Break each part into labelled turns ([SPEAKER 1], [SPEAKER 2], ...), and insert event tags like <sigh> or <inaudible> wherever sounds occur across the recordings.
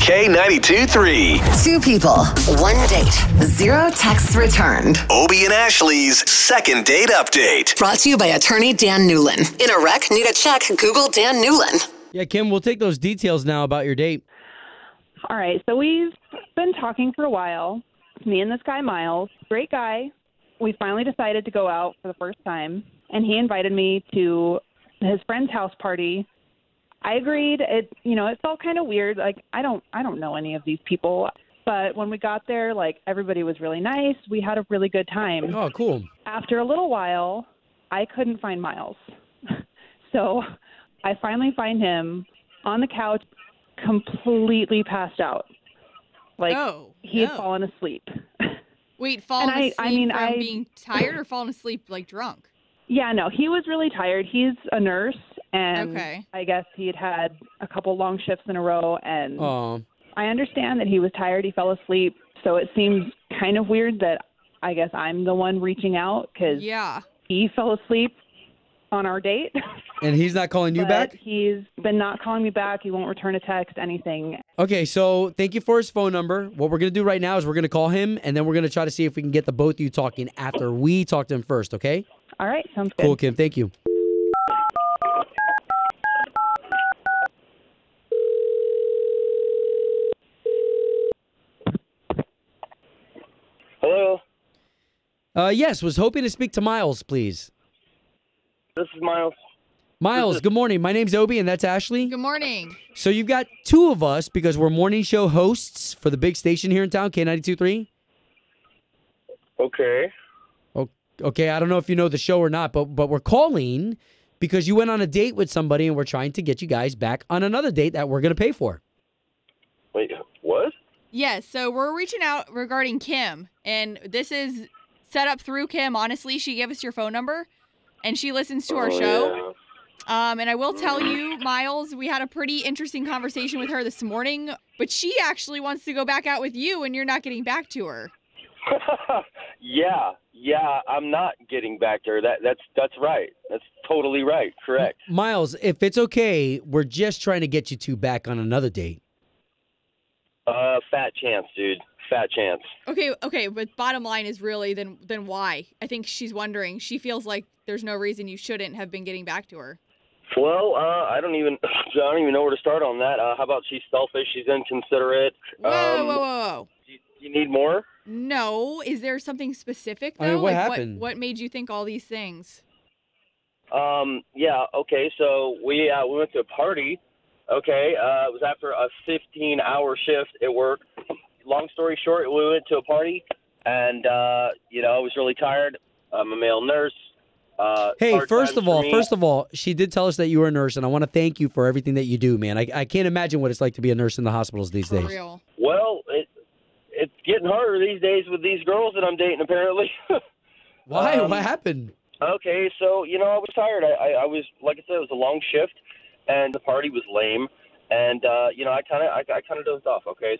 [SPEAKER 1] K92 3.
[SPEAKER 2] Two people, one date, zero texts returned.
[SPEAKER 1] Obie and Ashley's second date update.
[SPEAKER 2] Brought to you by attorney Dan Newlin. In a wreck, need a check, Google Dan Newlin.
[SPEAKER 3] Yeah, Kim, we'll take those details now about your date.
[SPEAKER 4] All right, so we've been talking for a while. It's me and this guy Miles, great guy. We finally decided to go out for the first time, and he invited me to his friend's house party. I agreed. It you know it felt kind of weird. Like I don't I don't know any of these people, but when we got there, like everybody was really nice. We had a really good time.
[SPEAKER 3] Oh, cool.
[SPEAKER 4] After a little while, I couldn't find Miles, <laughs> so I finally find him on the couch, completely passed out. Like
[SPEAKER 5] oh,
[SPEAKER 4] he had
[SPEAKER 5] no.
[SPEAKER 4] fallen asleep. <laughs>
[SPEAKER 5] Wait, falling
[SPEAKER 4] I- I
[SPEAKER 5] asleep
[SPEAKER 4] mean,
[SPEAKER 5] from
[SPEAKER 4] I-
[SPEAKER 5] being tired or falling asleep like drunk?
[SPEAKER 4] yeah, no, he was really tired. He's a nurse, and
[SPEAKER 5] Okay.
[SPEAKER 4] I guess he had had a couple long shifts in a row. And
[SPEAKER 3] Oh,
[SPEAKER 4] I understand that he was tired. He fell asleep. So it seems kind of weird that I guess I'm the one reaching out because
[SPEAKER 5] Yeah.
[SPEAKER 4] he fell asleep on our date. <laughs>
[SPEAKER 3] and he's not calling you
[SPEAKER 4] but
[SPEAKER 3] back?
[SPEAKER 4] He's been not calling me back. He won't return a text, anything.
[SPEAKER 3] Okay, so thank you for his phone number. What we're going to do right now is we're going to call him, and then we're going to try to see if we can get the both of you talking after we talk to him first, okay?
[SPEAKER 4] All right, sounds good.
[SPEAKER 3] Cool, Kim. Thank you.
[SPEAKER 6] Hello,
[SPEAKER 3] Uh, yes, was hoping to speak to Miles, please.
[SPEAKER 6] this is Miles.
[SPEAKER 3] Miles, good morning. My name's Obie, and that's Ashley.
[SPEAKER 5] Good morning.
[SPEAKER 3] So you've got two of us because we're morning show hosts for the big station here in town, K92.3.
[SPEAKER 6] Okay.
[SPEAKER 3] O- Okay, I don't know if you know the show or not, but but we're calling because you went on a date with somebody, and we're trying to get you guys back on another date that we're going to pay for.
[SPEAKER 6] Wait, what?
[SPEAKER 5] Yes, so we're reaching out regarding Kim, and this is set up through Kim. Honestly, she gave us your phone number, and she listens to our
[SPEAKER 6] Oh,
[SPEAKER 5] show. Um, and I will tell you, Miles, we had a pretty interesting conversation with her this morning, but she actually wants to go back out with you, and you're not getting back to her.
[SPEAKER 6] Yeah. <laughs> yeah, yeah. I'm not getting back there. That that's that's right. That's totally right. Correct.
[SPEAKER 3] Miles, if it's okay, we're just trying to get you two back on another date.
[SPEAKER 6] Uh, fat chance, dude. Fat chance.
[SPEAKER 5] Okay, okay, but bottom line is really then then why? I think she's wondering. She feels like there's no reason you shouldn't have been getting back to her.
[SPEAKER 6] Well, uh, I don't even <laughs> I don't even know where to start on that. Uh, how about she's selfish? She's inconsiderate.
[SPEAKER 5] Whoa, whoa,
[SPEAKER 6] um,
[SPEAKER 5] whoa, whoa.
[SPEAKER 6] Do you, do you need more?
[SPEAKER 5] No, is there something specific though?
[SPEAKER 3] I mean, what
[SPEAKER 5] like,
[SPEAKER 3] happened?
[SPEAKER 5] What, what made you think all these things?
[SPEAKER 6] Um, yeah. Okay. So we uh, we went to a party. Okay. Uh, it was after a 15-hour shift at work. Long story short, we went to a party, and uh, you know I was really tired. I'm a male nurse. Uh,
[SPEAKER 3] Hey,
[SPEAKER 6] hard
[SPEAKER 3] first
[SPEAKER 6] times
[SPEAKER 3] of
[SPEAKER 6] for
[SPEAKER 3] all,
[SPEAKER 6] me.
[SPEAKER 3] first of all, she did tell us that you were a nurse, and I want to thank you for everything that you do, man. I, I can't imagine what it's like to be a nurse in the hospitals these
[SPEAKER 5] For
[SPEAKER 3] days.
[SPEAKER 5] real.
[SPEAKER 6] well, it, it's getting harder these days with these girls that I'm dating. Apparently. <laughs>
[SPEAKER 3] Why?
[SPEAKER 6] Um,
[SPEAKER 3] what happened?
[SPEAKER 6] Okay, so you know I was tired. I, I, I was like I said, it was a long shift, and the party was lame, and uh, you know I kind of I, I kind of dozed off. Okay,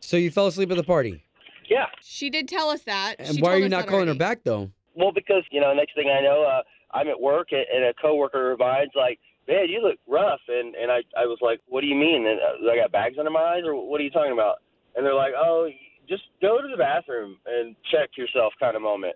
[SPEAKER 3] So you fell asleep at the party,
[SPEAKER 6] yeah.
[SPEAKER 5] She did tell us that.
[SPEAKER 3] and
[SPEAKER 5] She
[SPEAKER 3] why are
[SPEAKER 5] told
[SPEAKER 3] you
[SPEAKER 5] us
[SPEAKER 3] not
[SPEAKER 5] that
[SPEAKER 3] calling her
[SPEAKER 5] already.
[SPEAKER 3] back though?
[SPEAKER 6] Well, because you know, next thing I know, uh, I'm at work and, and a coworker of mine's like, "Man, you look rough," and and I I was like, "What do you mean? And uh, I got bags under my eyes, or what are you talking about?" And they're like, "Oh, just go to the bathroom and check yourself," kind of moment.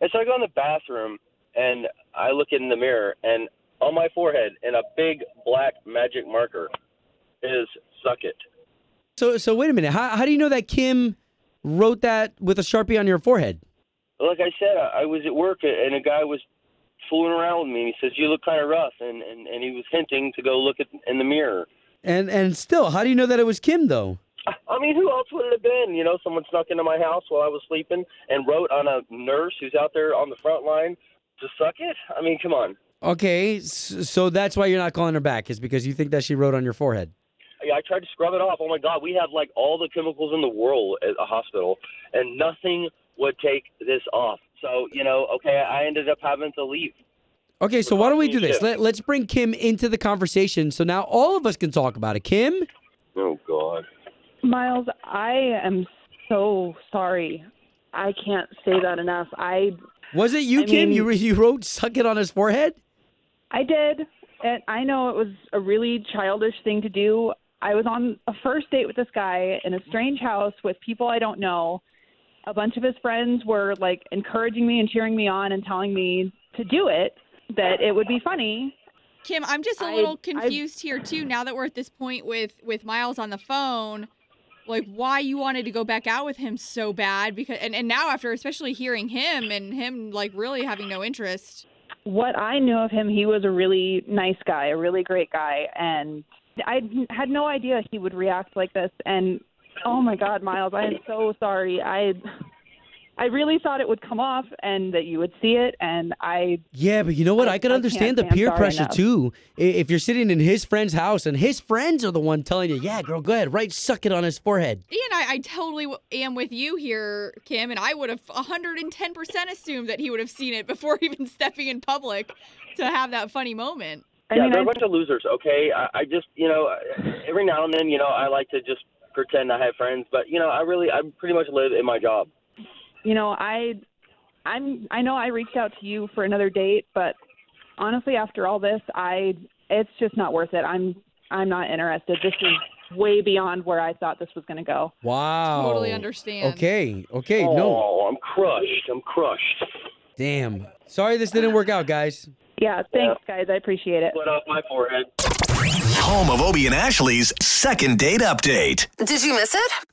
[SPEAKER 6] And so I go in the bathroom and I look in the mirror, and on my forehead, in a big black magic marker, is "suck it."
[SPEAKER 3] So so wait a minute. How how do you know that Kim wrote that with a sharpie on your forehead?
[SPEAKER 6] like I said, I I was at work and a guy was fooling around with me. He says, "You look kind of rough," and, and and he was hinting to go look at in the mirror. <laughs>
[SPEAKER 3] And and still, how do you know that it was Kim though?
[SPEAKER 6] I mean, who else would it have been? You know, someone snuck into my house while I was sleeping and wrote on a nurse who's out there on the front line to suck it. I mean, come on.
[SPEAKER 3] Okay, s- so that's why you're not calling her back is because you think that she wrote on your forehead.
[SPEAKER 6] I I tried to scrub it off. Oh my God, we have like all the chemicals in the world at a hospital, and nothing would take this off. So you know, okay, I ended up having to leave.
[SPEAKER 3] Okay, so why don't we do
[SPEAKER 6] talking
[SPEAKER 3] this?
[SPEAKER 6] shit.
[SPEAKER 3] Let, let's bring Kim into the conversation so now all of us can talk about it. Kim?
[SPEAKER 6] Oh God.
[SPEAKER 4] Miles, I am so sorry. I can't say that enough. I
[SPEAKER 3] Was it you,
[SPEAKER 4] I
[SPEAKER 3] Kim?
[SPEAKER 4] mean-
[SPEAKER 3] you, you wrote "suck it" on his forehead.
[SPEAKER 4] I did. And I know it was a really childish thing to do. I was on a first date with this guy in a strange house with people I don't know. A bunch of his friends were like encouraging me and cheering me on and telling me to do it, that it would be funny.
[SPEAKER 5] Kim, I'm just a
[SPEAKER 4] I-
[SPEAKER 5] little
[SPEAKER 4] I-
[SPEAKER 5] confused here too. Now that we're at this point with with Miles on the phone, like why you wanted to go back out with him so bad? Because and, and now after especially hearing him and him like really having no interest.
[SPEAKER 4] What I knew of him, he was a really nice guy, a really great guy, and I had no idea he would react like this. And oh my God, Miles, I am so sorry. I I really thought it would come off and that you would see it, and I
[SPEAKER 3] Yeah, but you know what?
[SPEAKER 4] I-
[SPEAKER 3] I, could
[SPEAKER 4] I
[SPEAKER 3] understand
[SPEAKER 4] can't
[SPEAKER 3] the
[SPEAKER 4] say I'm
[SPEAKER 3] peer
[SPEAKER 4] sorry
[SPEAKER 3] pressure
[SPEAKER 4] enough.
[SPEAKER 3] too. I- If you're sitting in his friend's house and his friends are the one telling you, "Yeah, girl, go ahead, right, suck it on his forehead."
[SPEAKER 5] And I, I totally w- am with you here, Kim. And I would have 110 percent assumed that he would have seen it before <laughs> even stepping in public to have that funny moment.
[SPEAKER 4] I
[SPEAKER 6] yeah,
[SPEAKER 4] mean,
[SPEAKER 6] they're
[SPEAKER 4] I
[SPEAKER 6] a bunch of losers. Okay, I, I just you know every now and then you know I like to just pretend I have friends, but you know I really I pretty much live in my job.
[SPEAKER 4] you know i i'm i know i reached out to you for another date but honestly after all this i it's just not worth it i'm i'm not interested this is way beyond where i thought this was going to go
[SPEAKER 3] Wow.
[SPEAKER 5] Totally understand.
[SPEAKER 3] Okay. Okay. No.
[SPEAKER 6] Oh, I'm crushed. I'm crushed.
[SPEAKER 3] Damn. Sorry this didn't work out, guys.
[SPEAKER 4] yeah thanks guys i appreciate it
[SPEAKER 6] Split off my forehead.
[SPEAKER 1] Home of Obie and Ashley's second date update.
[SPEAKER 2] Did you miss it?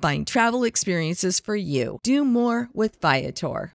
[SPEAKER 7] Find travel experiences for you. Do more with Viator.